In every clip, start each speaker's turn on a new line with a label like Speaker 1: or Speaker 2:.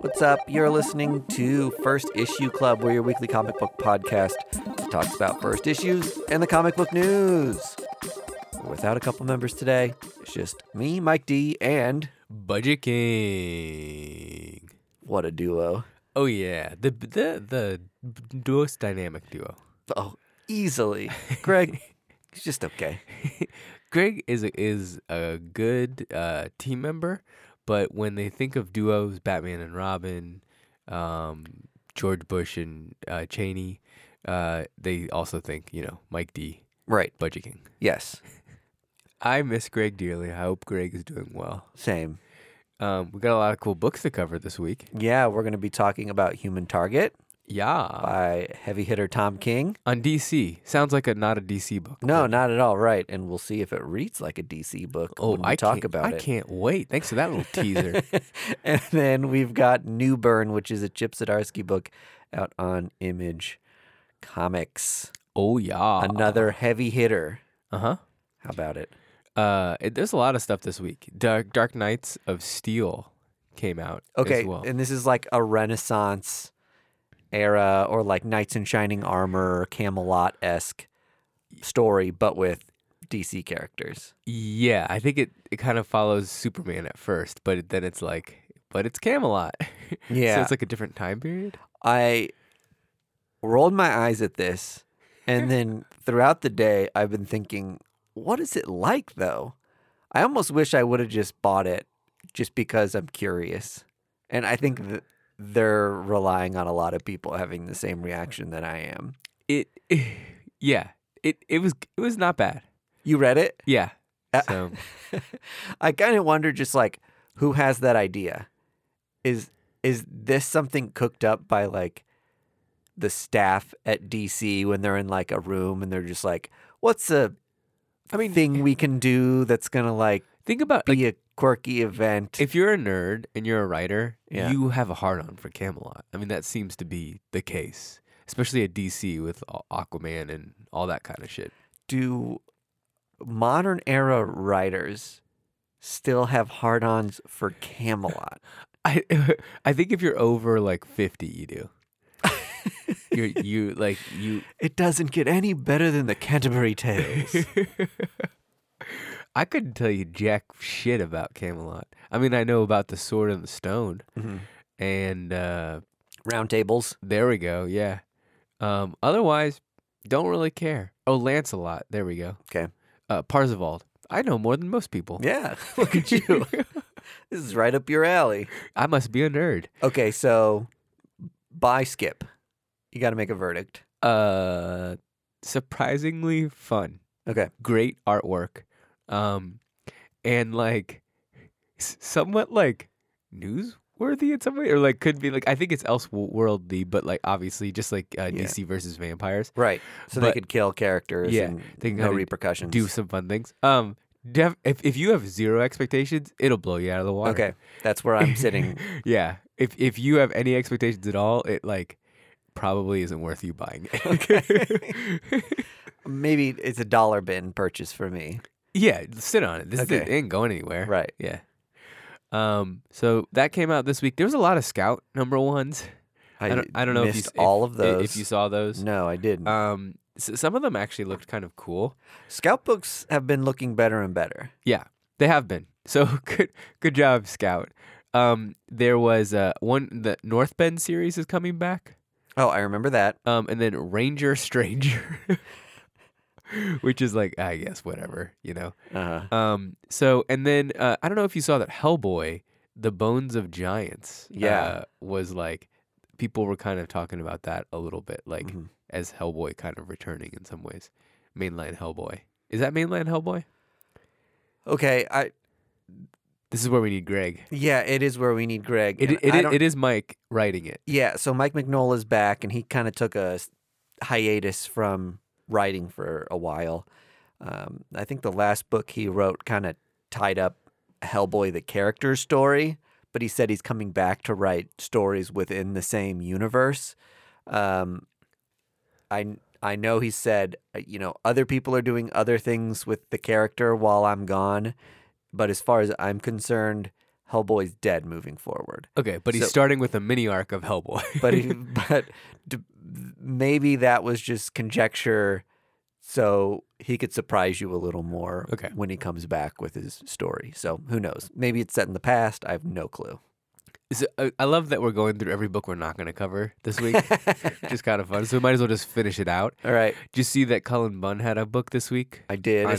Speaker 1: What's up? You're listening to First Issue Club, where your weekly comic book podcast talks about first issues and the comic book news. Without a couple members today, it's just me, Mike D, and
Speaker 2: Budget King.
Speaker 1: what a duo.
Speaker 2: Oh yeah, the the the duo's dynamic duo.
Speaker 1: Oh, easily. Greg, he's just okay.
Speaker 2: Greg is a, is a good uh, team member, but when they think of duos, Batman and Robin, um, George Bush and uh, Cheney, uh, they also think you know Mike D,
Speaker 1: Right.
Speaker 2: Budget King.
Speaker 1: Yes.
Speaker 2: I miss Greg dearly. I hope Greg is doing well.
Speaker 1: Same.
Speaker 2: Um, we got a lot of cool books to cover this week.
Speaker 1: Yeah, we're going to be talking about Human Target
Speaker 2: Yeah,
Speaker 1: by heavy hitter Tom King.
Speaker 2: on DC sounds like a not a DC book.
Speaker 1: No, not at all. Right, and we'll see if it reads like a DC book
Speaker 2: Oh,
Speaker 1: when we
Speaker 2: I
Speaker 1: talk
Speaker 2: can't,
Speaker 1: about
Speaker 2: I
Speaker 1: it.
Speaker 2: can't wait. Thanks for that little teaser.
Speaker 1: and then we've got New Burn, which is a Chip Zdarsky book out on Image Comics.
Speaker 2: Oh yeah.
Speaker 1: Another heavy hitter.
Speaker 2: Uh-huh.
Speaker 1: How about it?
Speaker 2: Uh it, there's a lot of stuff this week. Dark Dark Knights of Steel came out
Speaker 1: Okay,
Speaker 2: as well.
Speaker 1: and this is like a Renaissance era or like Knights in Shining Armor, Camelot esque story, but with DC characters.
Speaker 2: yeah, I think it it kind of follows Superman at first, but it, then it's like but it's Camelot. so
Speaker 1: Yeah.
Speaker 2: it's like a different time period.
Speaker 1: I rolled my eyes at this, and then throughout the day, I've been thinking, what is it like though? I almost wish I would have just bought it just because I'm curious. And I think th- they're relying on a lot of people having the same reaction that I am.
Speaker 2: It yeah, it it was it was not bad.
Speaker 1: You read it?
Speaker 2: Yeah.
Speaker 1: Uh,
Speaker 2: So
Speaker 1: I kind of wonder just like who has that idea? Is is this something cooked up by like the staff at DC when they're in like a room and they're just like, what's a I mean thing we can do that's gonna like
Speaker 2: think about like
Speaker 1: be a quirky event?
Speaker 2: if you're a nerd and you're a writer,
Speaker 1: Yeah.
Speaker 2: you have a hard on for Camelot. I mean, that seems to be the case, especially at DC with Aqu- Aquaman and all that kind of shit.
Speaker 1: do modern era writers still have hard-ons for Camelot?
Speaker 2: I I think if you're over like 50, you do. you you like you
Speaker 1: It doesn't get any better than the Canterbury Tales.
Speaker 2: I couldn't tell you jack shit about Camelot. I mean, I know about the sword and the stone
Speaker 1: Mhm.
Speaker 2: and uh
Speaker 1: Round tables.
Speaker 2: There we go. Yeah. Um, otherwise, don't really care. Oh, Lancelot. There we go.
Speaker 1: Okay.
Speaker 2: Uh, Parzival. I know more than most people.
Speaker 1: Yeah, look at you. this is right up your alley.
Speaker 2: I must be a nerd.
Speaker 1: Okay, so buy skip. You got to make a verdict.
Speaker 2: Uh, surprisingly fun.
Speaker 1: Okay.
Speaker 2: Great artwork. Um, and like s- somewhat like newsworthy in some way, or like could be like I think it's elseworldly, but like obviously just like uh,
Speaker 1: Yeah.
Speaker 2: DC versus vampires.
Speaker 1: Right. So they
Speaker 2: But-
Speaker 1: could kill characters
Speaker 2: Yeah,
Speaker 1: and
Speaker 2: they can
Speaker 1: no
Speaker 2: kinda
Speaker 1: repercussions.
Speaker 2: do some fun things. Um, def- if if you have zero expectations, it'll blow you out of the water.
Speaker 1: okay, that's where I'm sitting.
Speaker 2: yeah. If if you have any expectations at all, it like probably isn't worth you buying it.
Speaker 1: Maybe it's a dollar bin purchase for me.
Speaker 2: yeah, sit on it. This is, it
Speaker 1: Okay.
Speaker 2: ain't going anywhere.
Speaker 1: Right.
Speaker 2: Yeah. Um. So that came out this week. There was a lot of Scout number ones. I don't. I don't know if you
Speaker 1: missed
Speaker 2: s- if-
Speaker 1: all of
Speaker 2: i-
Speaker 1: those.
Speaker 2: If you saw those.
Speaker 1: no, I didn't.
Speaker 2: Um. s some of them actually looked kind of cool.
Speaker 1: Scout books have been looking better and better.
Speaker 2: Yeah, they have been. So good, good job, Scout. Um, there was uh, one the North Bend series is coming back,
Speaker 1: Oh, I remember that.
Speaker 2: um, and then Ranger Stranger, which is like I guess whatever you know.
Speaker 1: Uh-huh.
Speaker 2: Um, so and then uh, I don't know if you saw that Hellboy, the Bones of Giants.
Speaker 1: Yeah.
Speaker 2: uh, was like people were kind of talking about that a little bit, like
Speaker 1: Mhm.
Speaker 2: as Hellboy kind of returning in some ways. Mainline Hellboy is that mainline Hellboy?
Speaker 1: Okay, I
Speaker 2: This is where we need Greg.
Speaker 1: yeah, it is where we need Greg.
Speaker 2: It,
Speaker 1: and
Speaker 2: it,
Speaker 1: I
Speaker 2: i-
Speaker 1: don't-
Speaker 2: it is Mike writing it.
Speaker 1: Yeah, so Mike McNoll is back, and he kind of took a s- hiatus from writing for a while. Um, I think the last book he wrote kind of tied up Hellboy the character story, but he said he's coming back to write stories within the same universe. Um, I I know he said uh, you know other people are doing other things with the character while I'm gone, but as far as I'm concerned, Hellboy's dead moving forward.
Speaker 2: Okay, but he's
Speaker 1: So-
Speaker 2: starting with a mini arc of Hellboy.
Speaker 1: But he, but d- maybe that was just conjecture, so he could surprise you a little more
Speaker 2: Okay.
Speaker 1: when he comes back with his story. So who knows? Maybe it's set in the past. I have no clue.
Speaker 2: So, uh, I- I love that we're going through every book we're not going to cover this week. just kind of fun. So we might as well just finish it out.
Speaker 1: All right,
Speaker 2: Did you see that Cullen Bunn had a book this week
Speaker 1: I did.
Speaker 2: on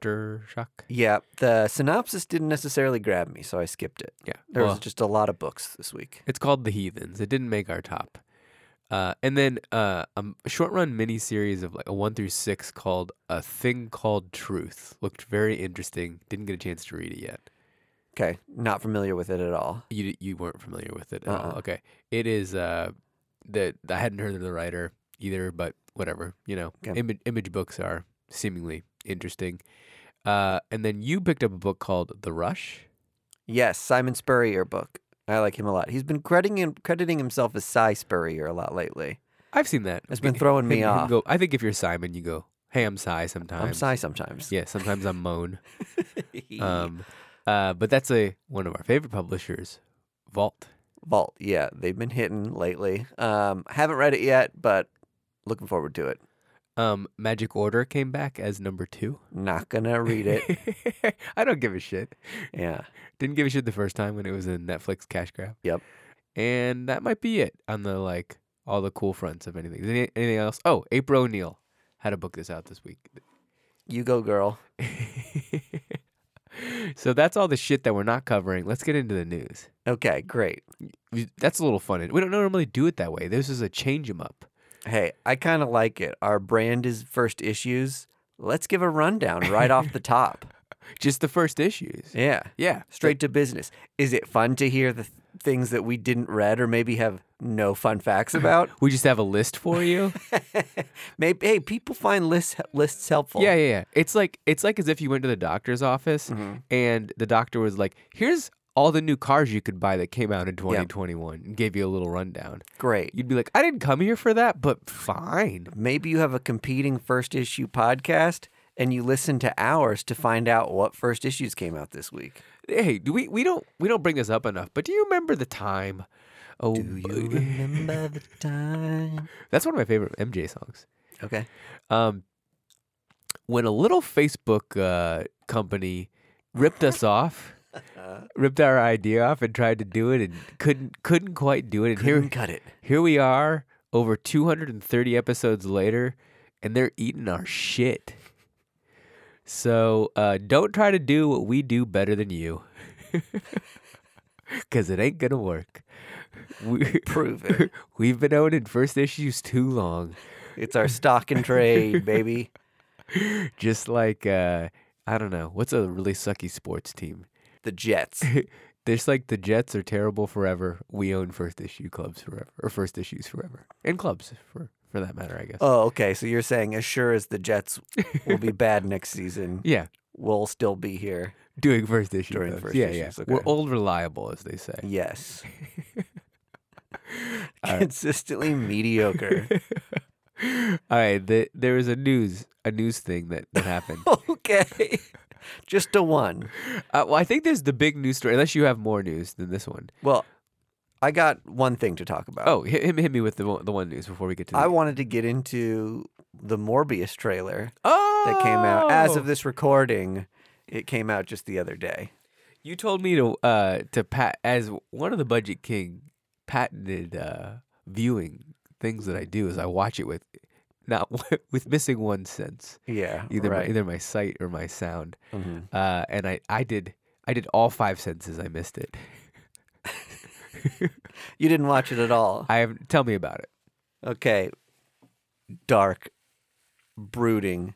Speaker 2: Aftershock?
Speaker 1: Yeah, the synopsis didn't necessarily grab me, so I skipped it.
Speaker 2: Yeah.
Speaker 1: There
Speaker 2: well,
Speaker 1: was just a lot of books this week.
Speaker 2: It's called The Heathens. It didn't make our top. Uh, and then uh, a m- a short run mini series of like a one through six called A Thing Called Truth. Looked very interesting. Didn't get a chance to read it yet.
Speaker 1: Okay, not familiar with it at all.
Speaker 2: You you weren't familiar with it at all.
Speaker 1: Uh-uh.
Speaker 2: Okay. It is uh that I hadn't heard of the writer either, but whatever. You know,
Speaker 1: Okay.
Speaker 2: image image books are seemingly interesting. Uh, and then you picked up a book called The Rush.
Speaker 1: Yes, Simon Spurrier book. I like him a lot. He's been crediting him, crediting himself as Cy Spurrier a lot lately.
Speaker 2: I've seen that.
Speaker 1: It's been throwing me
Speaker 2: Him- him
Speaker 1: off.
Speaker 2: go- I think if you're Simon, you go, "Hey, I'm Cy." Sometimes
Speaker 1: I'm Cy sometimes.
Speaker 2: Yeah, sometimes I'm moan. Um, uh, but that's a one of our favorite publishers, Vault.
Speaker 1: Vault. Yeah, they've been hitting lately. Um, haven't read it yet, but looking forward to it.
Speaker 2: Um, Magic Order came back as number two.
Speaker 1: Not gonna read it.
Speaker 2: I don't give a shit.
Speaker 1: yeah.
Speaker 2: Didn't give a shit the first time when it was a Netflix cash grab.
Speaker 1: Yep.
Speaker 2: And that might be it on the like all the cool fronts of anything. Is any- Anything else? Oh, April O'Neil had to book this out this week.
Speaker 1: You go, girl.
Speaker 2: so that's all the shit that we're not covering. Let's get into the news.
Speaker 1: Okay, great.
Speaker 2: We- That's a little fun. We don't normally do it that way. This is a change 'em up.
Speaker 1: Hey, I kind of like it. Our brand is first issues. Let's give a rundown right off the top.
Speaker 2: Just the first issues.
Speaker 1: Yeah.
Speaker 2: Yeah.
Speaker 1: Straight to business. Is it fun to hear the th- things that we didn't read or maybe have no fun facts about?
Speaker 2: We just have a list for you.
Speaker 1: maybe hey, people find lists lists helpful.
Speaker 2: yeah, yeah, yeah. It's like it's like as if you went to the doctor's
Speaker 1: Mm-hmm.
Speaker 2: office and the doctor was like, "Here's all the new cars you could buy that came out in 2021," and gave you a little rundown.
Speaker 1: Great.
Speaker 2: You'd be like, "I didn't come here for that, but fine."
Speaker 1: Maybe you have a competing first issue podcast and you listen to ours to find out what first issues came out this week.
Speaker 2: Hey, do we we don't we don't bring this up enough, but do you remember the time? Oh,
Speaker 1: Do you remember the time?
Speaker 2: that's one of my favorite MJ songs.
Speaker 1: Okay.
Speaker 2: Um, when a little Facebook uh, company ripped us off, ripped our idea off, and tried to do it, and couldn't couldn't quite do it, and
Speaker 1: Couldn't
Speaker 2: here
Speaker 1: cut it.
Speaker 2: here we are, over 230 episodes later, and they're eating our shit. So uh, don't try to do what we do better than you, because it ain't gonna work. We,
Speaker 1: Prove it.
Speaker 2: we've been owning first issues too long.
Speaker 1: It's our stock and trade, baby.
Speaker 2: just like uh I don't know, what's a really sucky sports team?
Speaker 1: The Jets.
Speaker 2: There's like the Jets are terrible forever. We own first issue clubs forever or first issues forever. And clubs for for that matter, I guess.
Speaker 1: Oh, okay. So you're saying as sure as the Jets will be bad next season,
Speaker 2: yeah,
Speaker 1: we'll still be here.
Speaker 2: doing first issue
Speaker 1: During
Speaker 2: clubs.
Speaker 1: first
Speaker 2: yeah,
Speaker 1: issues,
Speaker 2: yeah.
Speaker 1: okay.
Speaker 2: We're old reliable as they say.
Speaker 1: Yes. Uh, Consistently mediocre.
Speaker 2: All right, the, there was a news a news thing that, that happened.
Speaker 1: okay. Just a one.
Speaker 2: uh, well, I think there's the big news story unless you have more news than this one.
Speaker 1: Well, I got one thing to talk about.
Speaker 2: Oh, hit, hit me with the one, the one news before we get to the
Speaker 1: I wanted to get into the Morbius trailer
Speaker 2: Oh!
Speaker 1: that came out as of this recording. It came out just the other day.
Speaker 2: You told me to uh to pat as one of the budget king patented uh viewing things that I do is I watch it with not with missing one sense
Speaker 1: Yeah.
Speaker 2: either
Speaker 1: right.
Speaker 2: my, either my sight or my sound
Speaker 1: Mhm.
Speaker 2: uh and I I did I did all five senses I missed it
Speaker 1: You didn't watch it at all.
Speaker 2: I have tell me about it
Speaker 1: Okay. Dark, brooding,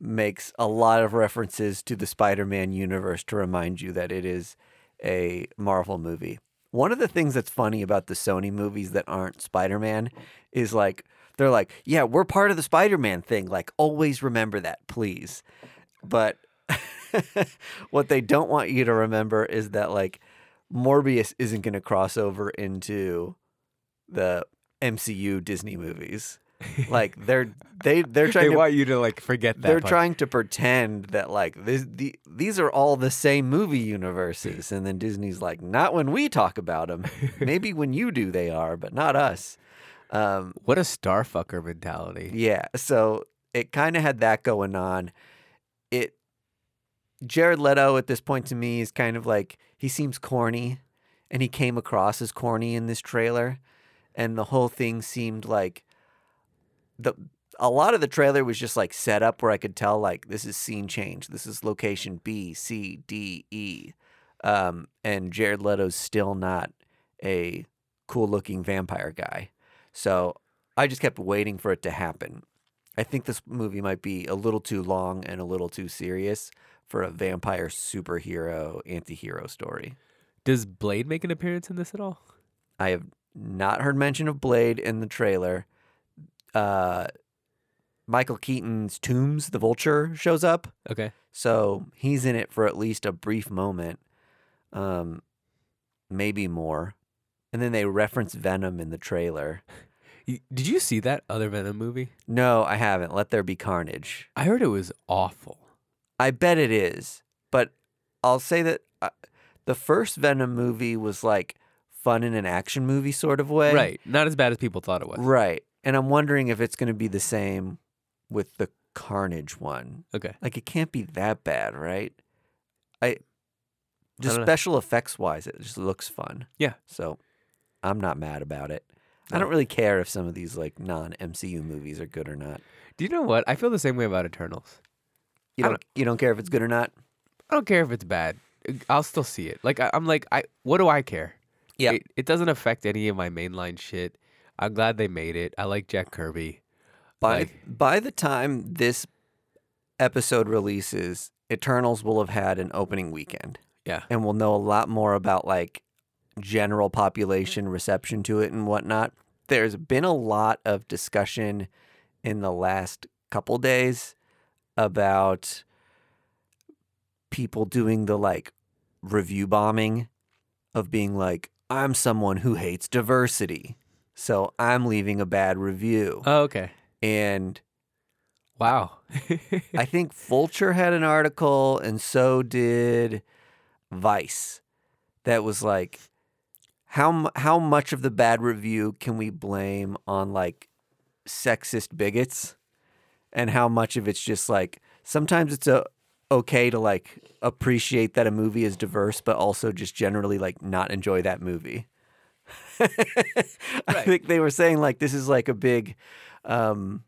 Speaker 1: makes a lot of references to the Spider Man universe to remind you that it is a Marvel movie. One of the things that's funny about the Sony movies that aren't Spider Man is like, they're like, yeah, we're part of the Spider Man thing. Like, always remember that, please. But what they don't want you to remember is that, like, Morbius isn't going to cross over into the MCU Disney movies. Like they're they they're trying
Speaker 2: they
Speaker 1: to
Speaker 2: want you to like forget that.
Speaker 1: they're
Speaker 2: part.
Speaker 1: trying to pretend that like this, the, these are all the same movie universes and then disney's like not when we talk about them maybe when you do they are but not us um,
Speaker 2: What a starfucker mentality.
Speaker 1: yeah so it kind of had that going on it jared leto at this point to me is kind of like he seems corny and he came across as corny in this trailer and the whole thing seemed like the a lot of the trailer was just like set up where I could tell like this is scene change, this is location B, C, D, E, um, and Jared Leto's still not a cool looking vampire guy, so I just kept waiting for it to happen. I think this movie might be a little too long and a little too serious for a vampire superhero anti-hero story.
Speaker 2: Does Blade make an appearance in this at all?
Speaker 1: I have not heard mention of Blade in the trailer. Uh, Michael Keaton's Tombs, the Vulture, shows up,
Speaker 2: Okay.
Speaker 1: so he's in it for at least a brief moment, um, maybe more. And then they reference Venom in the trailer.
Speaker 2: Y- Did you see that other Venom movie?
Speaker 1: No, I haven't. Let there be carnage.
Speaker 2: I heard it was awful.
Speaker 1: I bet it is, but I'll say that uh, the first Venom movie was like fun in an action movie sort of way,
Speaker 2: Right. Not as bad as people thought it was.
Speaker 1: Right. And I'm wondering if it's going to be the same with the Carnage one.
Speaker 2: Okay.
Speaker 1: Like it can't be that bad, right? I just
Speaker 2: dunno.
Speaker 1: special effects wise, it just looks fun.
Speaker 2: Yeah.
Speaker 1: So I'm not mad about it. I
Speaker 2: No.
Speaker 1: don't really care if some of these like non MCU movies are good or not.
Speaker 2: Do you know what? I feel the same way about Eternals.
Speaker 1: You
Speaker 2: I
Speaker 1: don't you don't care if it's good or not.
Speaker 2: I don't care if it's bad. I'll still see it. Like I, I'm like I. What do I care?
Speaker 1: Yeah.
Speaker 2: It, it doesn't affect any of my mainline shit. I'm glad they made it. I like Jack Kirby.
Speaker 1: By
Speaker 2: Like-
Speaker 1: by the time this episode releases, Eternals will have had an opening weekend.
Speaker 2: Yeah.
Speaker 1: And we'll know a lot more about like general population reception to it and whatnot. There's been a lot of discussion in the last couple days about people doing the like review bombing of being like, I'm someone who hates diversity. So I'm leaving a bad review.
Speaker 2: Oh, okay.
Speaker 1: and
Speaker 2: Wow.
Speaker 1: I think Vulture had an article, and so did Vice. That was like, how mu- how much of the bad review can we blame on like sexist bigots, and how much of it's just like sometimes it's a okay to like appreciate that a movie is diverse, but also just generally like not enjoy that movie. I
Speaker 2: Right.
Speaker 1: think they were saying like this is like a big. Um,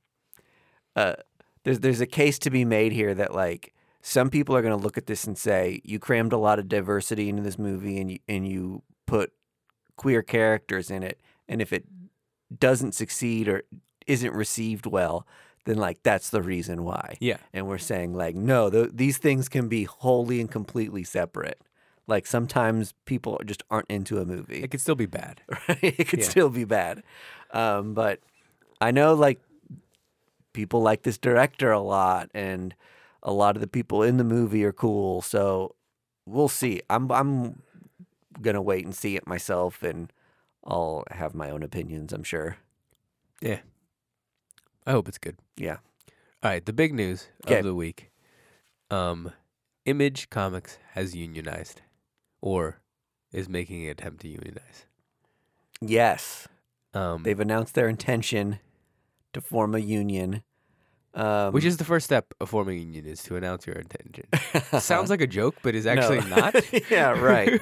Speaker 1: uh, there's there's a case to be made here that like some people are going to look at this and say you crammed a lot of diversity into this movie and you, and you put queer characters in it and if it doesn't succeed or isn't received well then like that's the reason why
Speaker 2: yeah.
Speaker 1: and we're saying like no th- these things can be wholly and completely separate like sometimes people just aren't into a movie
Speaker 2: It could still be bad.
Speaker 1: right? It could
Speaker 2: Yeah.
Speaker 1: still be bad. Um, but I know like people like this director a lot, and a lot of the people in the movie are cool. So we'll see. I'm I'm gonna wait and see it myself, and I'll have my own opinions. I'm sure.
Speaker 2: I hope it's good.
Speaker 1: Yeah.
Speaker 2: All right. The big news
Speaker 1: Okay.
Speaker 2: of the week. Um, Image Comics has unionized, or is making an attempt to unionize.
Speaker 1: Yes,
Speaker 2: Um,
Speaker 1: they've announced their intention to form a union. Um,
Speaker 2: which is the first step of forming a union is to announce your intention. Sounds like a joke, but is
Speaker 1: No.
Speaker 2: actually not.
Speaker 1: yeah, right.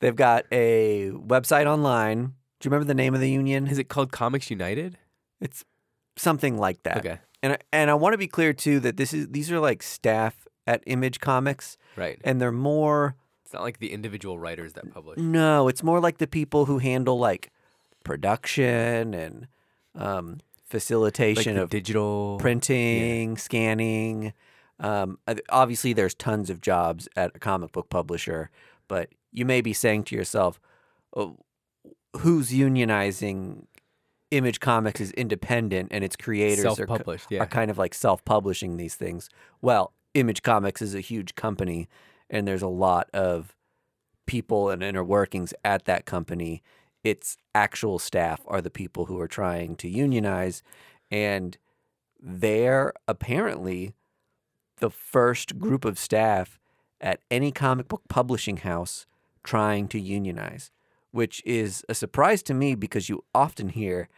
Speaker 1: They've got a website online. Do you remember the name of the union?
Speaker 2: Is it called Comics United?
Speaker 1: It's something like that.
Speaker 2: Okay,
Speaker 1: And I, and I want to be clear too that this is these are like staff at Image Comics,
Speaker 2: right.
Speaker 1: and they're more
Speaker 2: It's not like the individual writers that publish.
Speaker 1: no, it's more like the people who handle like production and um,
Speaker 2: Like
Speaker 1: facilitation
Speaker 2: the
Speaker 1: of
Speaker 2: digital
Speaker 1: printing, scanning. Um, oth- obviously, there's tons of jobs at a comic book publisher, but you may be saying to yourself, oh, "Who's unionizing?" Image Comics is independent, and its creators are, co-
Speaker 2: self-published. yeah,
Speaker 1: are kind of like self-publishing these things. Well, Image Comics is a huge company, and there's a lot of people and inner workings at that company, its actual staff are the people who are trying to unionize. And they're apparently the first group of staff at any comic book publishing house trying to unionize, which is a surprise to me because you often hear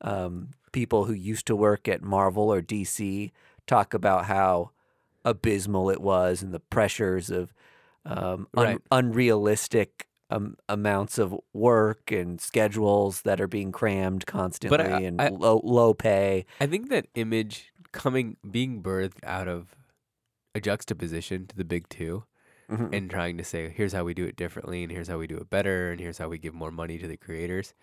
Speaker 1: um, people who used to work at Marvel or DC talk about how abysmal it was and the pressures of um, un-
Speaker 2: Right.
Speaker 1: unrealistic um, amounts of work and schedules that are being crammed constantly and
Speaker 2: I-
Speaker 1: low, low pay.
Speaker 2: I think that image coming being birthed out of a juxtaposition to the big two
Speaker 1: Mhm.
Speaker 2: and trying to say here's how we do it differently and here's how we do it better and here's how we give more money to the creators.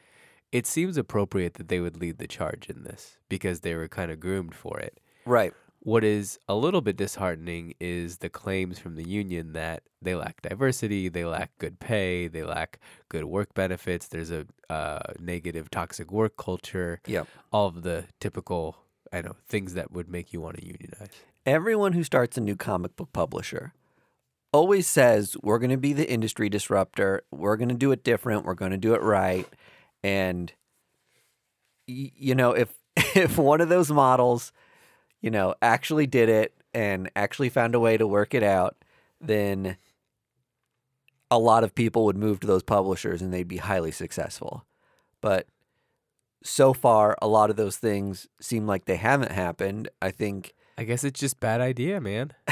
Speaker 2: It seems appropriate that they would lead the charge in this because they were kind of groomed for it.
Speaker 1: right.
Speaker 2: What is a little bit disheartening is the claims from the union that they lack diversity, they lack good pay, they lack good work benefits. There's a uh, negative, toxic work culture.
Speaker 1: Yeah.
Speaker 2: all of the typical, I know, things that would make you want to unionize.
Speaker 1: Everyone who starts a new comic book publisher always says, We're going to be the industry disruptor. We're going to do it different. We're going to do it right. And, y- you know, if, if one of those models, you know, actually did it and actually found a way to work it out, then a lot of people would move to those publishers and they'd be highly successful. But so far, a lot of those things seem like they haven't happened. I think
Speaker 2: I guess it's just bad idea, man.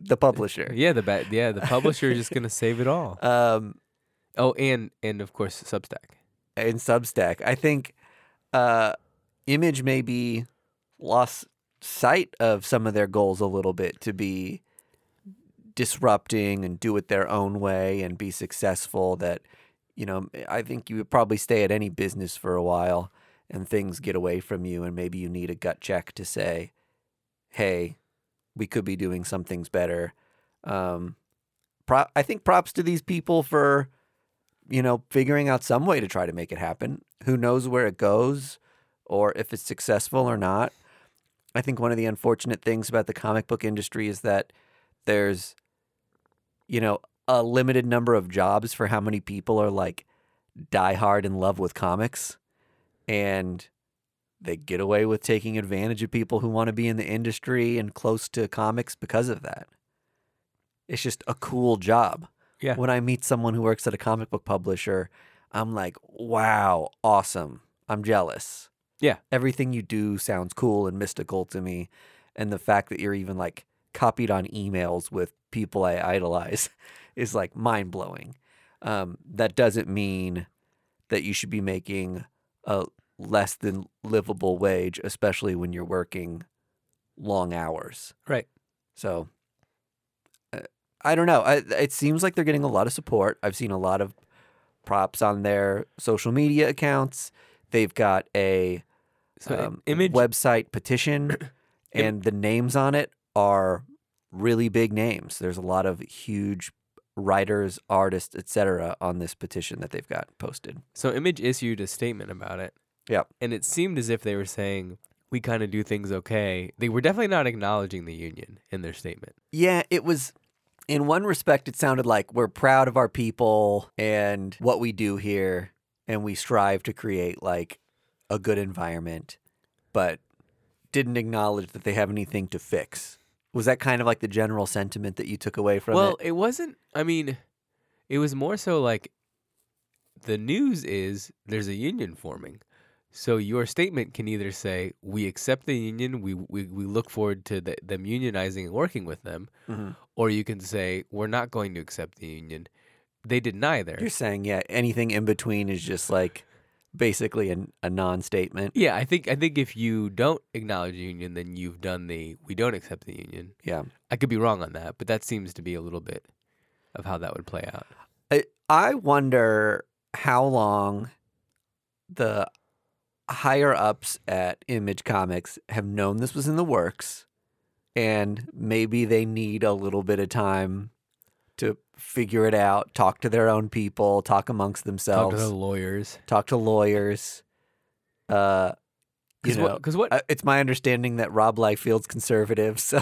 Speaker 1: the publisher.
Speaker 2: Yeah, the bad, yeah, the publisher is just gonna save it all.
Speaker 1: Um,
Speaker 2: Oh, and and of course Substack.
Speaker 1: and Substack. I think uh, Image maybe lost sight of some of their goals a little bit to be disrupting and do it their own way and be successful. That, you know, I think you would probably stay at any business for a while and things get away from you, and maybe you need a gut check to say, hey, we could be doing some things better. Um, pro- I think props to these people for, you know, figuring out some way to try to make it happen. Who knows where it goes or if it's successful or not. I think one of the unfortunate things about the comic book industry is that there's, you know, a limited number of jobs for how many people are like diehard in love with comics. And they get away with taking advantage of people who want to be in the industry and close to comics because of that. It's just a cool job.
Speaker 2: Yeah.
Speaker 1: When I meet someone who works at a comic book publisher, I'm like, wow, awesome. I'm jealous.
Speaker 2: Yeah.
Speaker 1: Everything you do sounds cool and mystical to me. And the fact that you're even like copied on emails with people I idolize is like mind blowing. Um, that doesn't mean that you should be making a less than livable wage, especially when you're working long hours.
Speaker 2: Right.
Speaker 1: So uh, I don't know. I, it seems like they're getting a lot of support. I've seen a lot of props on their social media accounts. They've got a
Speaker 2: So
Speaker 1: um,
Speaker 2: image.
Speaker 1: website petition,
Speaker 2: Im-
Speaker 1: and the names on it are really big names. There's a lot of huge writers, artists, etc. on this petition that they've got posted.
Speaker 2: so image issued a statement about it.
Speaker 1: Yep.
Speaker 2: And it seemed as if they were saying we kind of do things okay. They were definitely not acknowledging the union in their statement.
Speaker 1: Yeah, it was. In one respect, it sounded like we're proud of our people and what we do here, and we strive to create like a good environment, but didn't acknowledge that they have anything to fix. Was that kind of like the general sentiment that you took away from
Speaker 2: well,
Speaker 1: it?
Speaker 2: it wasn't. I mean, it was more so like the news is there's a union forming. So your statement can either say we accept the union, we we, we look forward to the, them unionizing and working with them,
Speaker 1: Mhm.
Speaker 2: or you can say we're not going to accept the union. They did neither.
Speaker 1: You're saying, yeah, anything in between is just like basically an, a non statement.
Speaker 2: Yeah, I think I think if you don't acknowledge the union, then you've done the we don't accept the union.
Speaker 1: Yeah.
Speaker 2: I could be wrong on that, but that seems to be a little bit of how that would play out.
Speaker 1: I, I wonder how long the higher ups at Image Comics have known this was in the works, and maybe they need a little bit of time to figure it out, talk to their own people, talk amongst
Speaker 2: Talk
Speaker 1: themselves,
Speaker 2: to the lawyers.
Speaker 1: lawyers. Uh, you
Speaker 2: Because
Speaker 1: know,
Speaker 2: what, 'cause what
Speaker 1: uh, it's my understanding that Rob Liefeld's conservative, so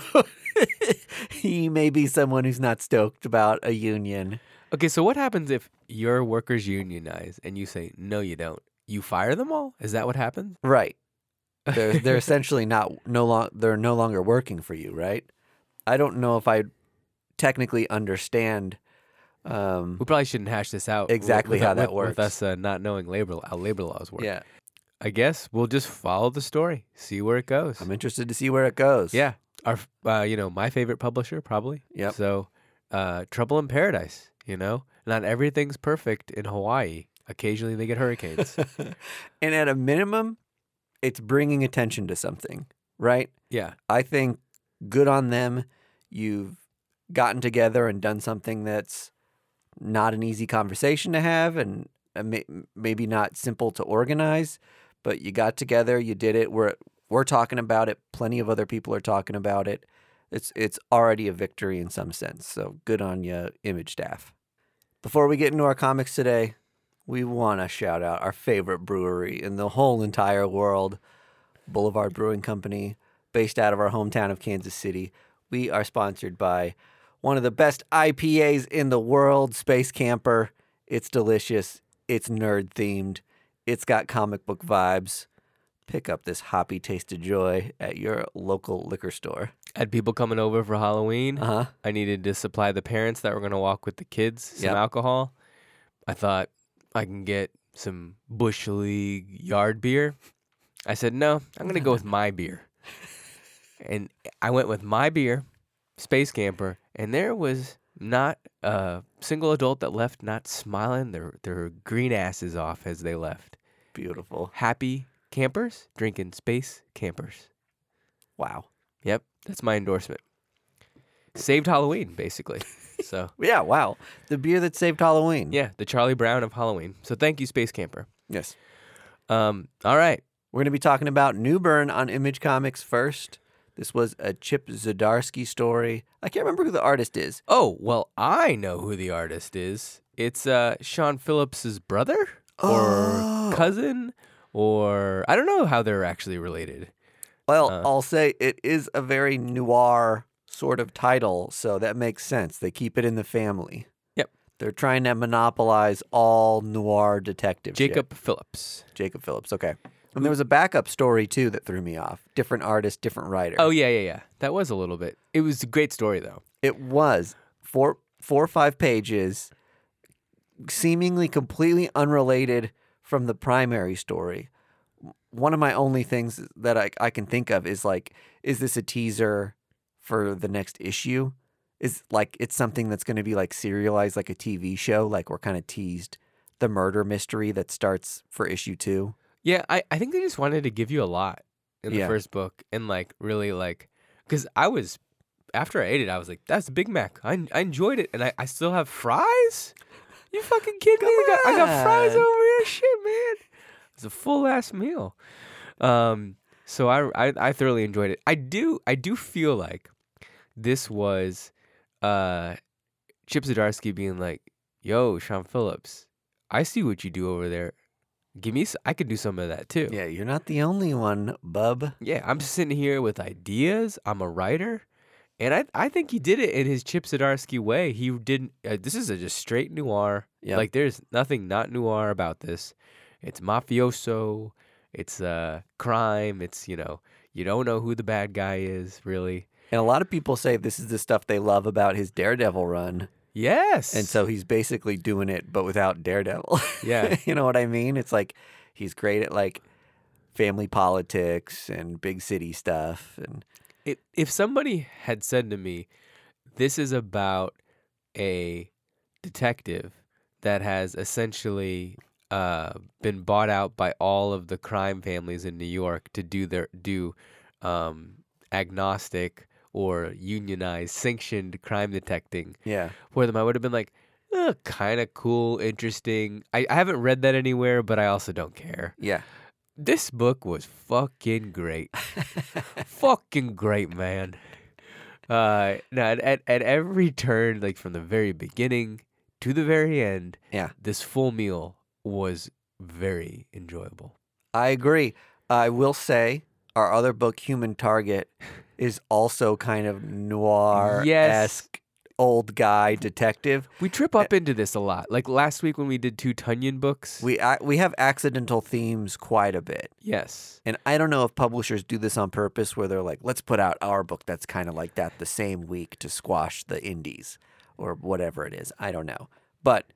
Speaker 1: he may be someone who's not stoked about a union.
Speaker 2: Okay, so what happens if your workers unionize and you say no, you don't? You fire them all? Is that what happens?
Speaker 1: Right. They're they're essentially not no long they're no longer working for you, right? I don't know if I technically understand um
Speaker 2: we probably shouldn't hash this out
Speaker 1: Exactly how that
Speaker 2: with-
Speaker 1: works.
Speaker 2: With us uh, not knowing labor how labor laws work.
Speaker 1: yeah.
Speaker 2: I guess we'll just follow the story, see where it goes.
Speaker 1: I'm interested to see where it goes.
Speaker 2: yeah, our f- uh, you know my favorite publisher probably.
Speaker 1: Yep.
Speaker 2: So, uh, Trouble in Paradise. You know, not everything's perfect in Hawaii. Occasionally they get hurricanes.
Speaker 1: and at a minimum, it's bringing attention to something, right?
Speaker 2: yeah,
Speaker 1: I think good on them. You've gotten together and done something that's not an easy conversation to have and uh, may- maybe not simple to organize, but you got together, you did it. We're we're talking about it. Plenty of other people are talking about it. It's it's already a victory in some sense. So good on you, image staff. Before we get into our comics today, we want to shout out our favorite brewery in the whole entire world, Boulevard Brewing Company, based out of our hometown of Kansas City. We are sponsored by one of the best IPAs in the world, Space Camper. It's delicious. It's nerd themed. It's got comic book vibes. Pick up this hoppy taste of joy at your local liquor store.
Speaker 2: I had people coming over for Halloween.
Speaker 1: Uh huh.
Speaker 2: I needed to supply the parents that were going to walk with the kids some
Speaker 1: Yep.
Speaker 2: alcohol. I thought I can get some Bush League yard beer. I said, no, I'm going to go with my beer. And I went with my beer, Space Camper, and there was not a single adult that left not smiling their, their green asses off as they left.
Speaker 1: Beautiful.
Speaker 2: Happy campers drinking Space Campers.
Speaker 1: Wow.
Speaker 2: Yep, that's my endorsement. Saved Halloween, basically. So.
Speaker 1: Yeah, wow. The beer that saved Halloween.
Speaker 2: Yeah, the Charlie Brown of Halloween. So thank you, Space Camper.
Speaker 1: Yes.
Speaker 2: Um, all right.
Speaker 1: We're going to be talking about New Burn on Image Comics first. This was a Chip Zdarsky story. I can't remember who the artist is.
Speaker 2: Oh well, I know who the artist is. It's uh, Sean Phillips's brother
Speaker 1: Oh.
Speaker 2: or cousin, or I don't know how they're actually related.
Speaker 1: Well,
Speaker 2: Uh,
Speaker 1: I'll say it is a very noir sort of title, so that makes sense. They keep it in the family.
Speaker 2: Yep.
Speaker 1: They're trying to monopolize all noir detective. shit.
Speaker 2: Jacob Phillips.
Speaker 1: Jacob Phillips. Okay. And there was a backup story too that threw me off. Different artist, different writer.
Speaker 2: Oh yeah, yeah, yeah. That was a little bit. It was a great story though.
Speaker 1: It was four, four or five pages, seemingly completely unrelated from the primary story. One of my only things that I, I can think of is like, is this a teaser for the next issue? Is like it's something that's going to be like serialized, like a TV show. Like we're kind of teased the murder mystery that starts for issue two.
Speaker 2: Yeah, I, I think they just wanted to give you a lot in the
Speaker 1: Yeah.
Speaker 2: first book and like really like because I was after I ate it I was like that's a Big Mac I, I enjoyed it and I, I still have fries. You fucking kidding me? I got, I got fries
Speaker 1: Come
Speaker 2: over here, shit, man. It's a full ass meal. Um, so I, I I thoroughly enjoyed it. I do I do feel like this was uh Chip Zdarsky being like, "Yo, Sean Phillips, I see what you do over there. Give me, s- I could do some of that too.
Speaker 1: Yeah, you're not the only one, bub.
Speaker 2: Yeah, I'm sitting here with ideas. I'm a writer, and I I think he did it in his Chip Zdarsky way. He didn't. Uh, this is a just straight noir.
Speaker 1: Yeah.
Speaker 2: Like there's nothing not noir about this. It's mafioso. It's uh crime. It's you know you don't know who the bad guy is really.
Speaker 1: And a lot of people say this is the stuff they love about his Daredevil run.
Speaker 2: Yes.
Speaker 1: And so he's basically doing it, but without Daredevil.
Speaker 2: Yeah.
Speaker 1: you know what I mean? It's like he's great at like family politics and big city stuff. And
Speaker 2: if if somebody had said to me, "This is about a detective that has essentially uh, been bought out by all of the crime families in New York to do their do um, agnostic or unionized sanctioned crime detecting,"
Speaker 1: yeah,
Speaker 2: for them, I would have been like. kind of cool, interesting. I, I haven't read that anywhere, but I also don't care.
Speaker 1: yeah.
Speaker 2: This book was fucking great fucking great, man. Uh, no, at, at at every turn, like from the very beginning to the very end,
Speaker 1: Yeah.
Speaker 2: this full meal was very enjoyable.
Speaker 1: I agree. I will say our other book, Human Target, is also kind of noir esque old guy detective.
Speaker 2: We trip up into this a lot. Like last week when we did two Tunyon books.
Speaker 1: We I, we have accidental themes quite a bit,
Speaker 2: yes.
Speaker 1: and I don't know if publishers do this on purpose, where they're like, let's put out our book that's kind of like that the same week to squash the indies or whatever it is. I don't know, but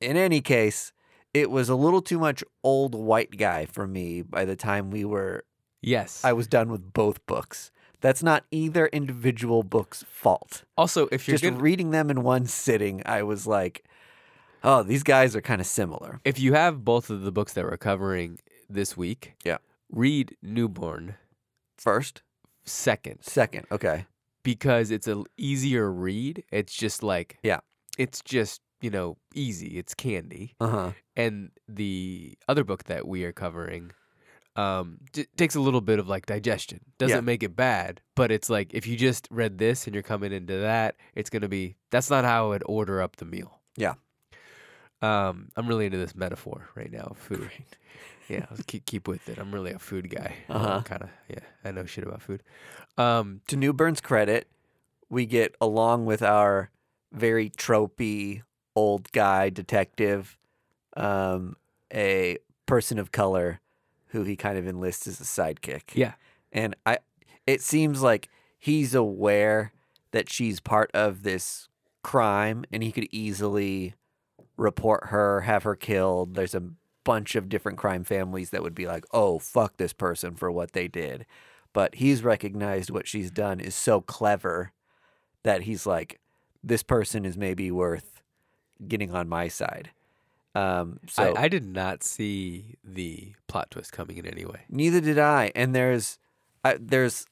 Speaker 1: in any case, it was a little too much old white guy for me by the time we were
Speaker 2: Yes.
Speaker 1: I was done with both books. That's not either individual book's fault.
Speaker 2: also, if you're
Speaker 1: Just
Speaker 2: gonna,
Speaker 1: reading them in one sitting, I was like, oh, these guys are kind of similar.
Speaker 2: if you have both of the books that we're covering this week,
Speaker 1: Yeah.
Speaker 2: read Newborn
Speaker 1: First,
Speaker 2: second
Speaker 1: second, okay.
Speaker 2: because it's a l- easier read. It's just like
Speaker 1: Yeah.
Speaker 2: it's just you know easy. It's candy.
Speaker 1: Uh huh.
Speaker 2: and the other book that we are covering um j- takes a little bit of like digestion doesn't
Speaker 1: Yeah.
Speaker 2: make it bad but it's like if you just read this and you're coming into that it's gonna be that's not how i would order up the meal
Speaker 1: Yeah.
Speaker 2: um i'm really into this metaphor right now of food yeah I'll keep, keep with it i'm really a food guy
Speaker 1: Uh-huh.
Speaker 2: kind of yeah i know shit about food um
Speaker 1: To Newburn's credit, we get along with our very tropey old guy detective, um, a person of color who he kind of enlists as a sidekick.
Speaker 2: yeah
Speaker 1: and I it seems like he's aware that she's part of this crime and he could easily report her, have her killed. There's a bunch of different crime families that would be like, "Oh, fuck this person for what they did." But he's recognized what she's done is so clever that he's like, "This person is maybe worth getting on my side." Um, so
Speaker 2: I, I did not see the plot twist coming in any way
Speaker 1: Neither did I. And there's I there's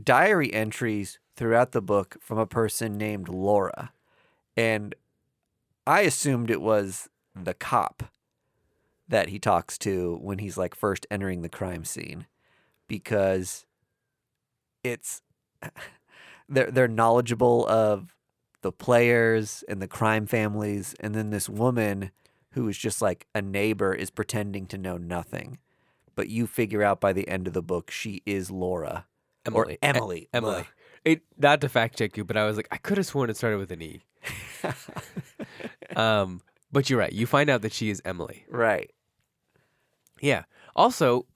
Speaker 1: diary entries throughout the book from a person named Laura, and I assumed it was the cop that he talks to when he's like first entering the crime scene, because it's they're they're knowledgeable of the players and the crime families, and then this woman who is just like a neighbor is pretending to know nothing but you figure out by the end of the book she is Laura
Speaker 2: Emily.
Speaker 1: or
Speaker 2: E-
Speaker 1: Emily.
Speaker 2: Emily. It not to fact check you, but I was like, I could have sworn it started with an E.
Speaker 1: Ugh.
Speaker 2: Um, but you're right. You find out that she is Emily.
Speaker 1: right.
Speaker 2: Yeah. Also,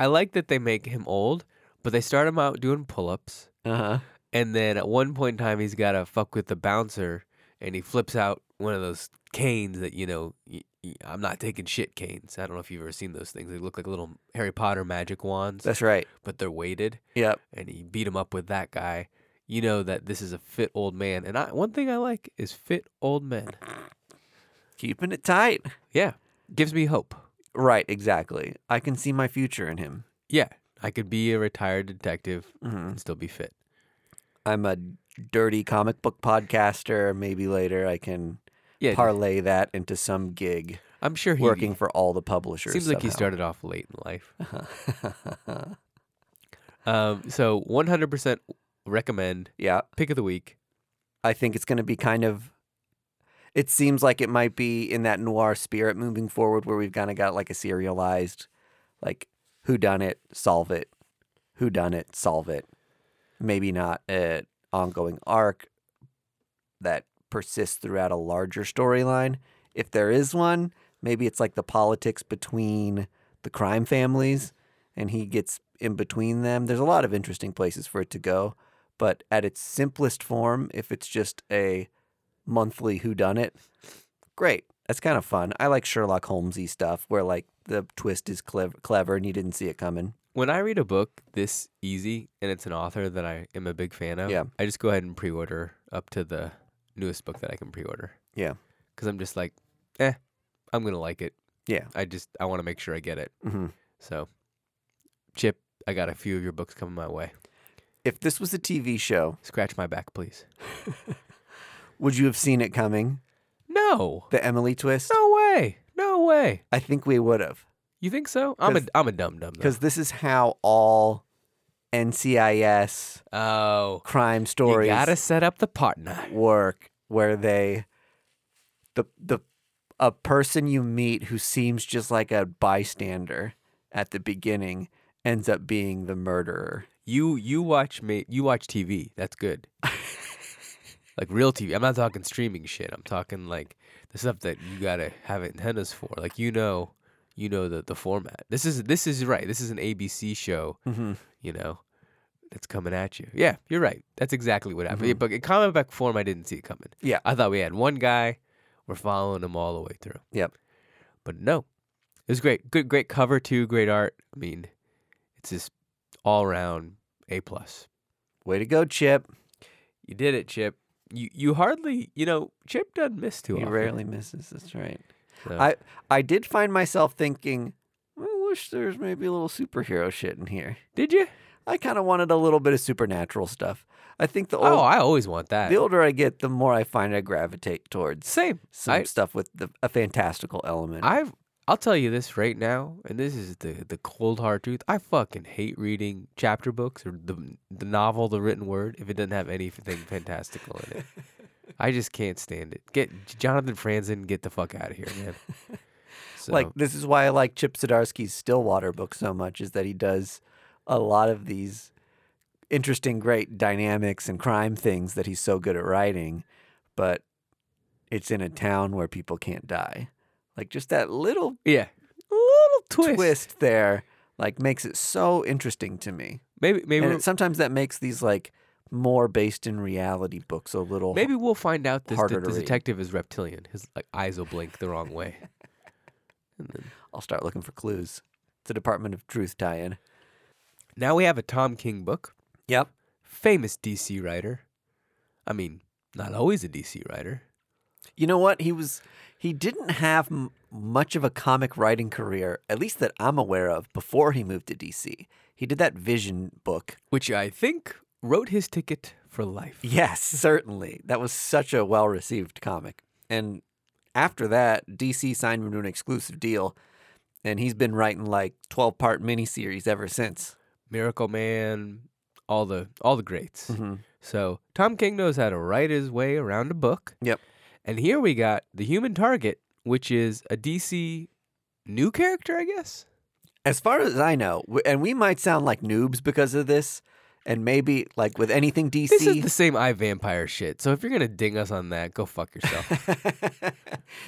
Speaker 2: I like that they make him old, but they start him out doing pull-ups,
Speaker 1: Uh huh.
Speaker 2: and then at one point in time, he's got to fuck with the bouncer, and he flips out one of those canes that you know. Y- y- I'm not taking shit canes. I don't know if you've ever seen those things. They look like little Harry Potter magic wands,
Speaker 1: That's right.
Speaker 2: but they're weighted.
Speaker 1: Yep.
Speaker 2: and he beat him up with that guy, you know that this is a fit old man. And I, one thing I like is fit old men.
Speaker 1: Keeping it tight.
Speaker 2: Yeah, gives me hope.
Speaker 1: Right. Exactly. I can see my future in him.
Speaker 2: Yeah, I could be a retired detective
Speaker 1: hmm
Speaker 2: and still be fit.
Speaker 1: I'm a dirty comic book podcaster. Maybe later I can
Speaker 2: Yeah,
Speaker 1: parlay that into some gig
Speaker 2: I'm sure he
Speaker 1: working for all the publishers.
Speaker 2: Seems like he
Speaker 1: somehow.
Speaker 2: started off late in life. Um, so 100% recommend
Speaker 1: yeah.
Speaker 2: pick of the week.
Speaker 1: I think it's going to be kind of. It seems like it might be in that noir spirit moving forward, where we've kind of got like a serialized, like who done it, solve it, who done it, solve it. Maybe not an ongoing arc that persists throughout a larger storyline. If there is one, maybe it's like the politics between the crime families, and he gets in between them. There's a lot of interesting places for it to go but at its simplest form, if it's just a monthly whodunit, great. That's kind of fun. I like Sherlock Holmesy stuff where like the twist is clever, clever and you didn't see it coming.
Speaker 2: When I read a book this easy and it's an author that I am a big fan of,
Speaker 1: Yeah.
Speaker 2: I just go ahead and pre order up to the newest book that I can pre order.
Speaker 1: Yeah.
Speaker 2: Because I'm just like, eh, I'm going to like it.
Speaker 1: Yeah.
Speaker 2: I just, I want to make sure I get it.
Speaker 1: hmm
Speaker 2: So, Chip, I got a few of your books coming my way.
Speaker 1: If this was a TV show,
Speaker 2: Scratch my back, please.
Speaker 1: would you have seen it coming?
Speaker 2: No.
Speaker 1: The Emily twist?
Speaker 2: No way. No way.
Speaker 1: I think we would have
Speaker 2: You think so? I'm a,
Speaker 1: 'Cause-
Speaker 2: I'm a dumb dumb. though.
Speaker 1: because this is how all NCIS
Speaker 2: Oh.
Speaker 1: crime
Speaker 2: You
Speaker 1: stories
Speaker 2: gotta set up the partner.
Speaker 1: work where they the the a person you meet who seems just like a bystander at the beginning ends up being the murderer.
Speaker 2: You you watch me you watch TV. That's good. like real TV. I'm not talking streaming shit. I'm talking like the stuff that you gotta have antennas for. Like you know, you know the the format. This is this is right. This is an ABC show.
Speaker 1: Mm-hmm.
Speaker 2: You know, that's coming at you. Yeah, you're right. That's exactly what happened. But in comic book form, I didn't see it coming.
Speaker 1: Yeah.
Speaker 2: I thought we had one guy. We're following him all the way through.
Speaker 1: Yep.
Speaker 2: But no, it was great. Good, great cover too. Great art. I mean, it's just all around A plus.
Speaker 1: Way to go, Chip.
Speaker 2: You did it, Chip. You you hardly you know Chip doesn't miss too
Speaker 1: He
Speaker 2: often.
Speaker 1: rarely misses. That's right.
Speaker 2: so-
Speaker 1: I I did find myself thinking, I wish there's maybe a little superhero shit in here.
Speaker 2: did you?
Speaker 1: I kind of wanted a little bit of supernatural stuff. I think the
Speaker 2: Oh,
Speaker 1: old,
Speaker 2: I always want that.
Speaker 1: the older I get, the more I find I gravitate towards
Speaker 2: Same.
Speaker 1: some
Speaker 2: I-
Speaker 1: stuff with the, a fantastical element.
Speaker 2: I've I'll tell you this right now, and this is the the cold hard truth. I fucking hate reading chapter books or the the novel, the written word, if it doesn't have anything fantastical in it. I just can't stand it. Get Jonathan Franzen, get the fuck out of here, man. So,
Speaker 1: Like this is why I like Chip Zdarsky's Stillwater book so much is that he does a lot of these interesting, great dynamics and crime things that he's so good at writing, but it's in a town where people can't die. Like just that little
Speaker 2: yeah, a little twist.
Speaker 1: twist, there, like makes it so interesting to me.
Speaker 2: Maybe maybe
Speaker 1: And
Speaker 2: we-
Speaker 1: it, sometimes that makes these like more based in reality books a little.
Speaker 2: maybe we'll find out this
Speaker 1: harder
Speaker 2: de-
Speaker 1: to
Speaker 2: this
Speaker 1: read.
Speaker 2: detective is reptilian. His like eyes will blink the wrong way. And then
Speaker 1: I'll start looking for clues. It's a Department of Truth tie-in.
Speaker 2: now we have a Tom King book.
Speaker 1: Yep.
Speaker 2: famous DC writer. I mean, not always a DC writer.
Speaker 1: You know what? He was he didn't have m- much of a comic writing career, at least that I'm aware of, before he moved to DC. He did that Vision book.
Speaker 2: Which I think wrote his ticket for life.
Speaker 1: Yes, certainly. That was such a well-received comic. And after that, DC signed him to an exclusive deal, and he's been writing like 12-part miniseries ever since.
Speaker 2: Miracle Man, all the all the greats.
Speaker 1: Mhm.
Speaker 2: So Tom King knows how to write his way around a book.
Speaker 1: Yep.
Speaker 2: And here we got the Human Target, which is a DC new character, I guess.
Speaker 1: As far as I know, w- and we might sound like noobs because of this, and maybe like with anything DC,
Speaker 2: This is the same eye vampire shit. So if you're gonna ding us on that, go fuck yourself.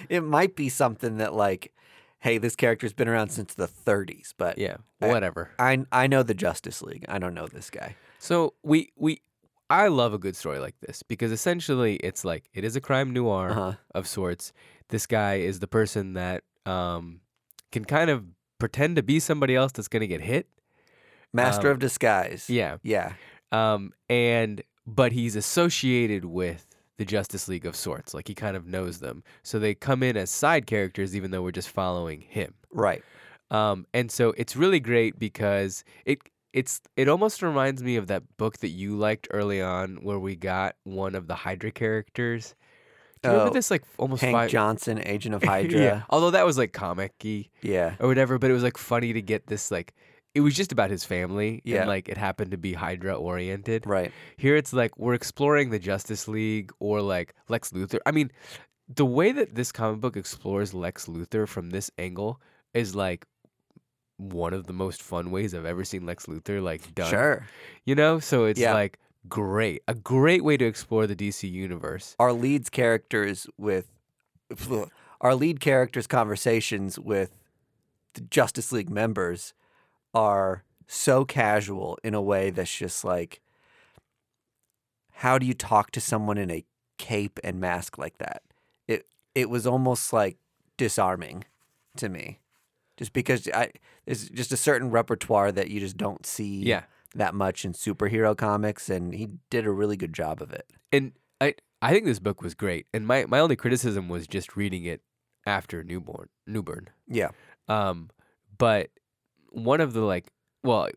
Speaker 1: it might be something that like, hey, this character's been around since the 30s, but
Speaker 2: yeah,
Speaker 1: I-
Speaker 2: whatever.
Speaker 1: I I know the Justice League. I don't know this guy.
Speaker 2: So we we I love a good story like this because essentially it's like it is a crime noir
Speaker 1: Uh-huh.
Speaker 2: of sorts. This guy is the person that um can kind of pretend to be somebody else that's going to get hit.
Speaker 1: Master
Speaker 2: Um,
Speaker 1: of Disguise.
Speaker 2: Yeah.
Speaker 1: Yeah.
Speaker 2: Um and but he's associated with the Justice League of sorts. Like he kind of knows them. So they come in as side characters even though we're just following him.
Speaker 1: Right.
Speaker 2: Um, and so it's really great because it it's it almost reminds me of that book that you liked early on where we got one of the Hydra characters. Do you
Speaker 1: Oh,
Speaker 2: remember this like f- almost
Speaker 1: Hank
Speaker 2: five
Speaker 1: Johnson, Agent of
Speaker 2: yeah.
Speaker 1: Hydra.
Speaker 2: Although that was like comic
Speaker 1: yeah.
Speaker 2: or whatever, but it was like funny to get this like it was just about his family
Speaker 1: Yeah.
Speaker 2: and like it happened to be Hydra oriented.
Speaker 1: Right.
Speaker 2: Here it's like we're exploring the Justice League or like Lex Luthor. I mean, the way that this comic book explores Lex Luthor from this angle is like one of the most fun ways I've ever seen Lex Luthor like done.
Speaker 1: Sure.
Speaker 2: You know? So it's
Speaker 1: Yeah.
Speaker 2: like great. A great way to explore the DC universe.
Speaker 1: Our leads characters with our lead characters' conversations with the Justice League members are so casual in a way that's just like how do you talk to someone in a cape and mask like that? It it was almost like disarming to me. Just because I there's just a certain repertoire that you just don't see
Speaker 2: Yeah.
Speaker 1: that much in superhero comics and he did a really good job of it.
Speaker 2: And I I think this book was great. And my, my only criticism was just reading it after newborn newborn.
Speaker 1: Yeah.
Speaker 2: Um, but one of the like, well,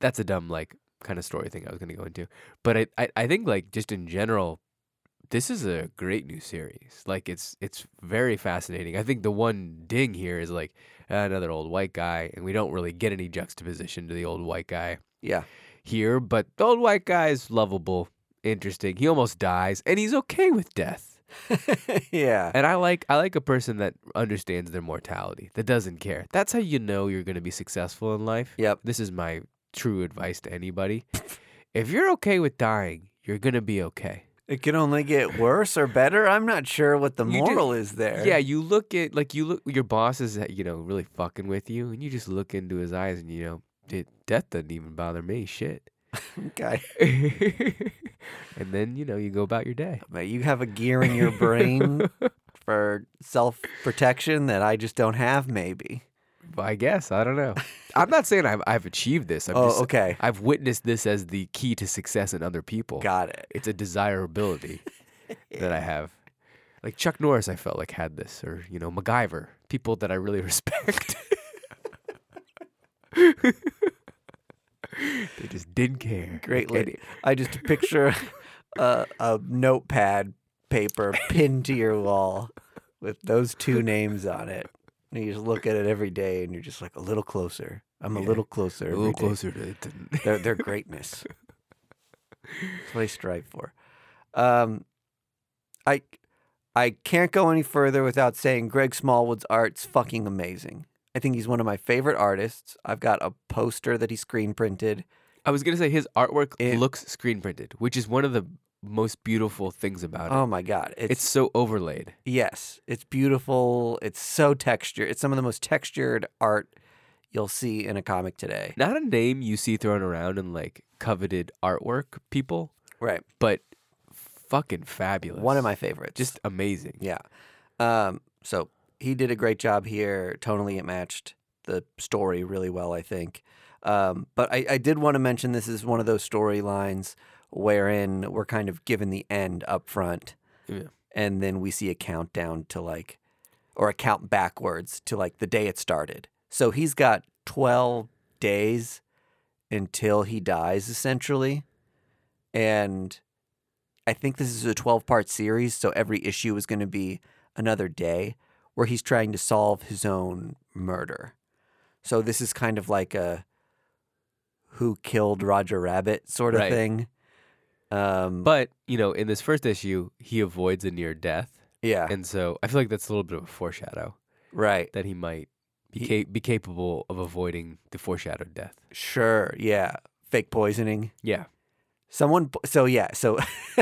Speaker 2: that's a dumb like kind of story thing I was gonna go into. But I, I, I think like just in general, this is a great new series. Like it's it's very fascinating. I think the one ding here is like another old white guy, and we don't really get any juxtaposition to the old white guy
Speaker 1: Yeah.
Speaker 2: here. But the old white guy is lovable, interesting. He almost dies, and he's okay with death.
Speaker 1: yeah.
Speaker 2: And I like I like a person that understands their mortality, that doesn't care. That's how you know you're going to be successful in life.
Speaker 1: Yep.
Speaker 2: This is my true advice to anybody. if you're okay with dying, you're going to be okay.
Speaker 1: It can only get worse or better. I'm not sure what the
Speaker 2: You do-
Speaker 1: moral is there.
Speaker 2: Yeah, you look at like you look your boss is you know really fucking with you and you just look into his eyes and you know, "Dude, death doesn't even bother me, shit.
Speaker 1: Okay.
Speaker 2: and then, you know, you go about your day.
Speaker 1: But you have a gear in your brain for self protection that I just don't have, maybe.
Speaker 2: I guess, I don't know. I'm not saying I've I've achieved this. I'm
Speaker 1: oh,
Speaker 2: just
Speaker 1: okay.
Speaker 2: I've witnessed this as the key to success in other people.
Speaker 1: Got it.
Speaker 2: It's a desirability that I have. Like Chuck Norris, I felt like had this, or you know, MacGyver, people that I really respect. they just didn't care.
Speaker 1: Great
Speaker 2: And
Speaker 1: lady. I just picture a, a notepad paper pinned to your wall with those two names on it. And you just look at it every day and you're just like, a little closer. I'm a
Speaker 2: Yeah.
Speaker 1: little closer.
Speaker 2: A
Speaker 1: every
Speaker 2: little
Speaker 1: day."
Speaker 2: closer to it. than-
Speaker 1: their their greatness. That's what I strive for. Um, I I can't go any further without saying Greg Smallwood's art's fucking amazing. I think he's one of my favorite artists. I've got a poster that he screen printed.
Speaker 2: I was gonna say his artwork
Speaker 1: It-
Speaker 2: looks screen printed, which is one of the most beautiful things about it.
Speaker 1: Oh my god, it's,
Speaker 2: it's, so overlaid.
Speaker 1: yes, it's beautiful. It's so textured. It's some of the most textured art you'll see in a comic today.
Speaker 2: Not a name you see thrown around in like coveted artwork people,
Speaker 1: Right,
Speaker 2: but fucking fabulous.
Speaker 1: one of my favorites.
Speaker 2: just amazing.
Speaker 1: Yeah. Um, so he did a great job here. Tonally, it matched the story really well, I think. Um, but I, I did want to mention this is one of those storylines wherein we're kind of given the end up front.
Speaker 2: Yeah.
Speaker 1: And then we see a countdown to like, or a count backwards to like the day it started. So he's got 12 days until he dies, essentially. And I think this is a 12 part series, so every issue is going to be another day where he's trying to solve his own murder. So this is kind of like a who killed Roger Rabbit sort of
Speaker 2: Right.
Speaker 1: thing. Um,
Speaker 2: But you know, in this first issue, he avoids a near death,
Speaker 1: yeah,
Speaker 2: and so I feel like that's a little bit of a foreshadow
Speaker 1: right.
Speaker 2: that he might be
Speaker 1: He-
Speaker 2: ca- be capable of avoiding the foreshadowed death.
Speaker 1: Sure. Yeah. Fake poisoning.
Speaker 2: Yeah,
Speaker 1: Someone. po- So yeah. So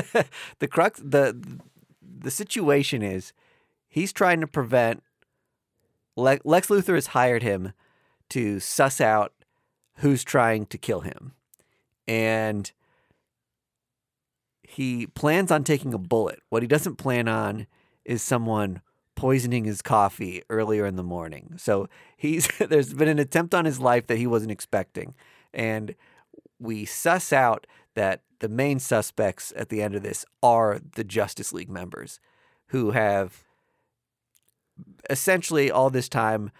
Speaker 1: the crux, the the situation is, he's trying to prevent. Le- Lex Luthor has hired him to suss out who's trying to kill him, and he plans on taking a bullet. What he doesn't plan on is someone poisoning his coffee earlier in the morning. So he's there's been an attempt on his life that he wasn't expecting, and we suss out that the main suspects at the end of this are the Justice League members who have essentially all this time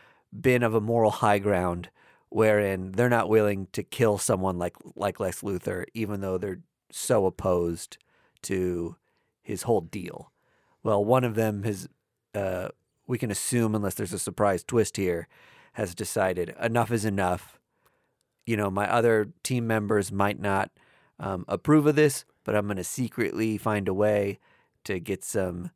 Speaker 1: been of a moral high ground wherein they're not willing to kill someone like like Lex Luthor even though they're so opposed to his whole deal. Well, one of them has uh, we can assume unless there's a surprise twist here has decided enough is enough you know, my other team members might not um, approve of this, but I'm going to secretly find a way to get some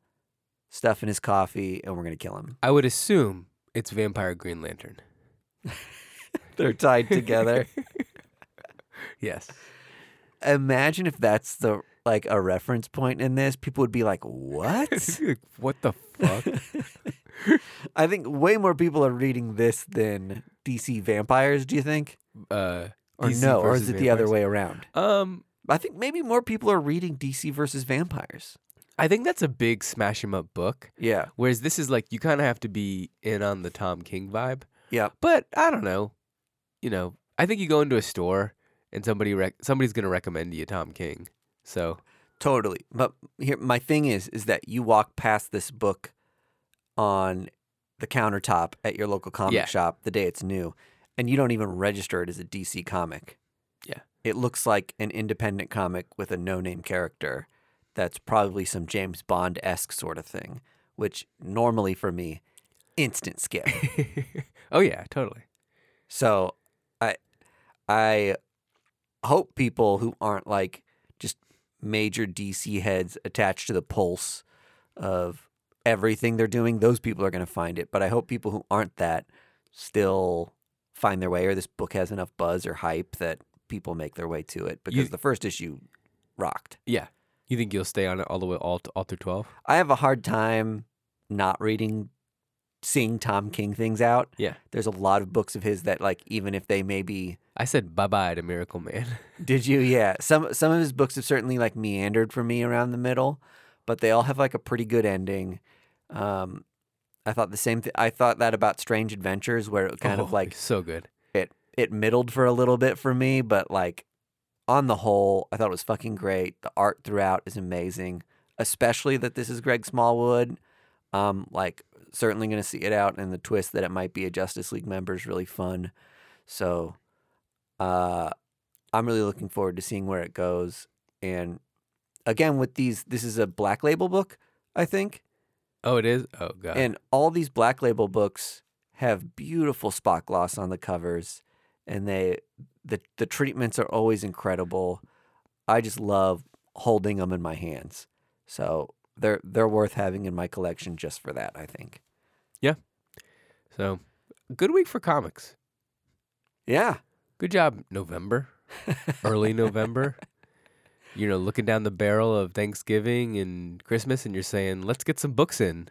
Speaker 1: stuff in his coffee and we're going to kill him.
Speaker 2: I would assume it's Vampire Green Lantern.
Speaker 1: They're tied together.
Speaker 2: Yes,
Speaker 1: Imagine if that's the like a reference point in this, people would be like, "What?"
Speaker 2: what the fuck?
Speaker 1: I think way more people are reading this than DC Vampires, do you think?
Speaker 2: uh,
Speaker 1: Or
Speaker 2: DC
Speaker 1: no, or is
Speaker 2: versus
Speaker 1: it the other
Speaker 2: vampires?
Speaker 1: way around?
Speaker 2: Um,
Speaker 1: I think maybe more people are reading DC versus Vampires.
Speaker 2: I think that's a big smash 'em up book.
Speaker 1: Yeah.
Speaker 2: Whereas this is like you kind of have to be in on the Tom King vibe.
Speaker 1: Yeah.
Speaker 2: But I don't know. You know, I think you go into a store and somebody rec- somebody's going to recommend you Tom King. So
Speaker 1: Totally. But here my thing is is that you walk past this book on the countertop at your local comic
Speaker 2: Yeah.
Speaker 1: shop the day it's new and you don't even register it as a DC comic.
Speaker 2: Yeah.
Speaker 1: It looks like an independent comic with a no-name character that's probably some James Bond-esque sort of thing, which normally for me instant skip.
Speaker 2: Oh yeah, totally.
Speaker 1: So I I hope people who aren't like just major DC heads attached to the pulse of everything they're doing, those people are going to find it. But I hope people who aren't that still find their way, or this book has enough buzz or hype that people make their way to it because
Speaker 2: You-
Speaker 1: the first issue rocked.
Speaker 2: Yeah. You think you'll stay on it all the way all, t- all through 12?
Speaker 1: I have a hard time not reading, seeing Tom King things out.
Speaker 2: Yeah.
Speaker 1: There's a lot of books of his that, like, even if they maybe
Speaker 2: I said bye bye to Miracle Man.
Speaker 1: Did you? Yeah. Some some of his books have certainly like meandered for me around the middle, but they all have like a pretty good ending. Um, I thought the same thing. I thought that about Strange Adventures, where it kind
Speaker 2: Oh,
Speaker 1: of like
Speaker 2: so good.
Speaker 1: it it middled for a little bit for me, but like on the whole, I thought it was fucking great. The art throughout is amazing, especially that this is Greg Smallwood. Um, like certainly going to see it out, and the twist that it might be a Justice League member is really fun. So, uh, I'm really looking forward to seeing where it goes. And again, with these, this is a Black Label book, I think.
Speaker 2: Oh, it is? Oh, God.
Speaker 1: And all these black label books have beautiful spot gloss on the covers and they the the treatments are always incredible. I just love holding them in my hands. So they're they're worth having in my collection just for that, I think.
Speaker 2: so, good week for comics.
Speaker 1: Yeah.
Speaker 2: Good job, November. Early November. You know, looking down the barrel of Thanksgiving and Christmas, and you're saying, let's get some books in.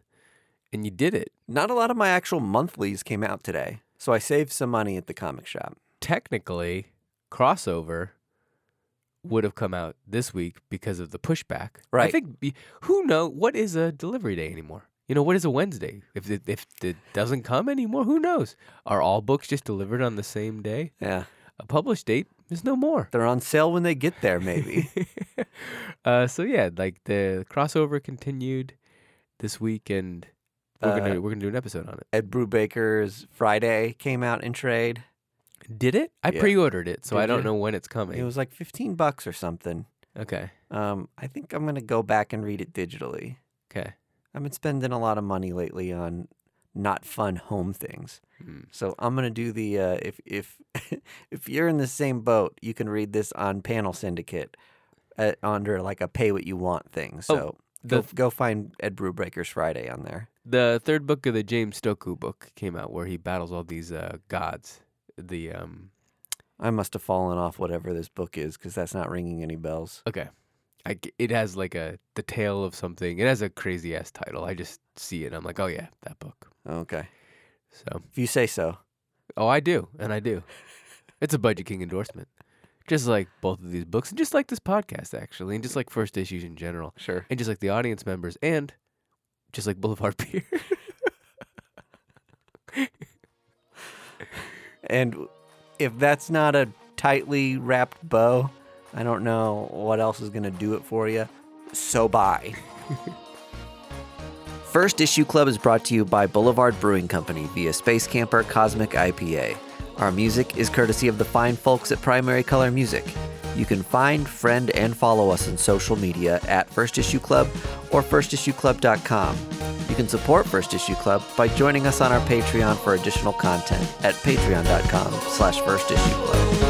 Speaker 2: And you did it.
Speaker 1: Not a lot of my actual monthlies came out today. So I saved some money at the comic shop.
Speaker 2: Technically, crossover would have come out this week because of the pushback. I
Speaker 1: Right.
Speaker 2: think, be- who know what is a delivery day anymore? You know, what is a Wednesday? If it, if it doesn't come anymore, who knows? Are all books just delivered on the same day?
Speaker 1: Yeah.
Speaker 2: A published date is no more.
Speaker 1: They're on sale when they get there maybe.
Speaker 2: uh, so yeah, like the crossover continued this week, and we're
Speaker 1: Uh,
Speaker 2: gonna we're gonna do an episode on it.
Speaker 1: Ed Brubaker's Friday came out in trade.
Speaker 2: Did it? I
Speaker 1: yeah.
Speaker 2: pre-ordered it, so I
Speaker 1: Did
Speaker 2: don't
Speaker 1: you?
Speaker 2: know when it's coming.
Speaker 1: It was like 15 bucks or something.
Speaker 2: okay,
Speaker 1: Um, I think I'm gonna go back and read it digitally.
Speaker 2: okay.
Speaker 1: I've been spending a lot of money lately on not fun home things,
Speaker 2: Mm.
Speaker 1: so I'm gonna do the uh, if if if you're in the same boat, you can read this on Panel Syndicate uh under like a pay what you want thing. So go,
Speaker 2: the-
Speaker 1: go find Ed Brubaker's Friday on there.
Speaker 2: The third book of the James Stoku book came out, where he battles all these uh, gods. The um,
Speaker 1: I must have fallen off whatever this book is because that's not ringing any bells.
Speaker 2: okay, I g it has like a the tale of something. It has a crazy ass title. I just see it, and I'm like, oh yeah, that book.
Speaker 1: Okay,
Speaker 2: So
Speaker 1: if you say so.
Speaker 2: Oh, I do, and I do. It's a Budget King endorsement, just like both of these books, and just like this podcast actually, and just like first issues in general,
Speaker 1: Sure.
Speaker 2: and just like the audience members, and just like Boulevard Beer.
Speaker 1: And if that's not a tightly wrapped bow, I don't know what else is going to do it for you. So bye. First Issue Club is brought to you by Boulevard Brewing Company via Space Camper Cosmic IPA. Our music is courtesy of the fine folks at Primary Color Music. You can find, friend, and follow us on social media at First Issue Club or FirstIssueClub.com. You can support First Issue Club by joining us on our Patreon for additional content at patreon.com slash first issue club.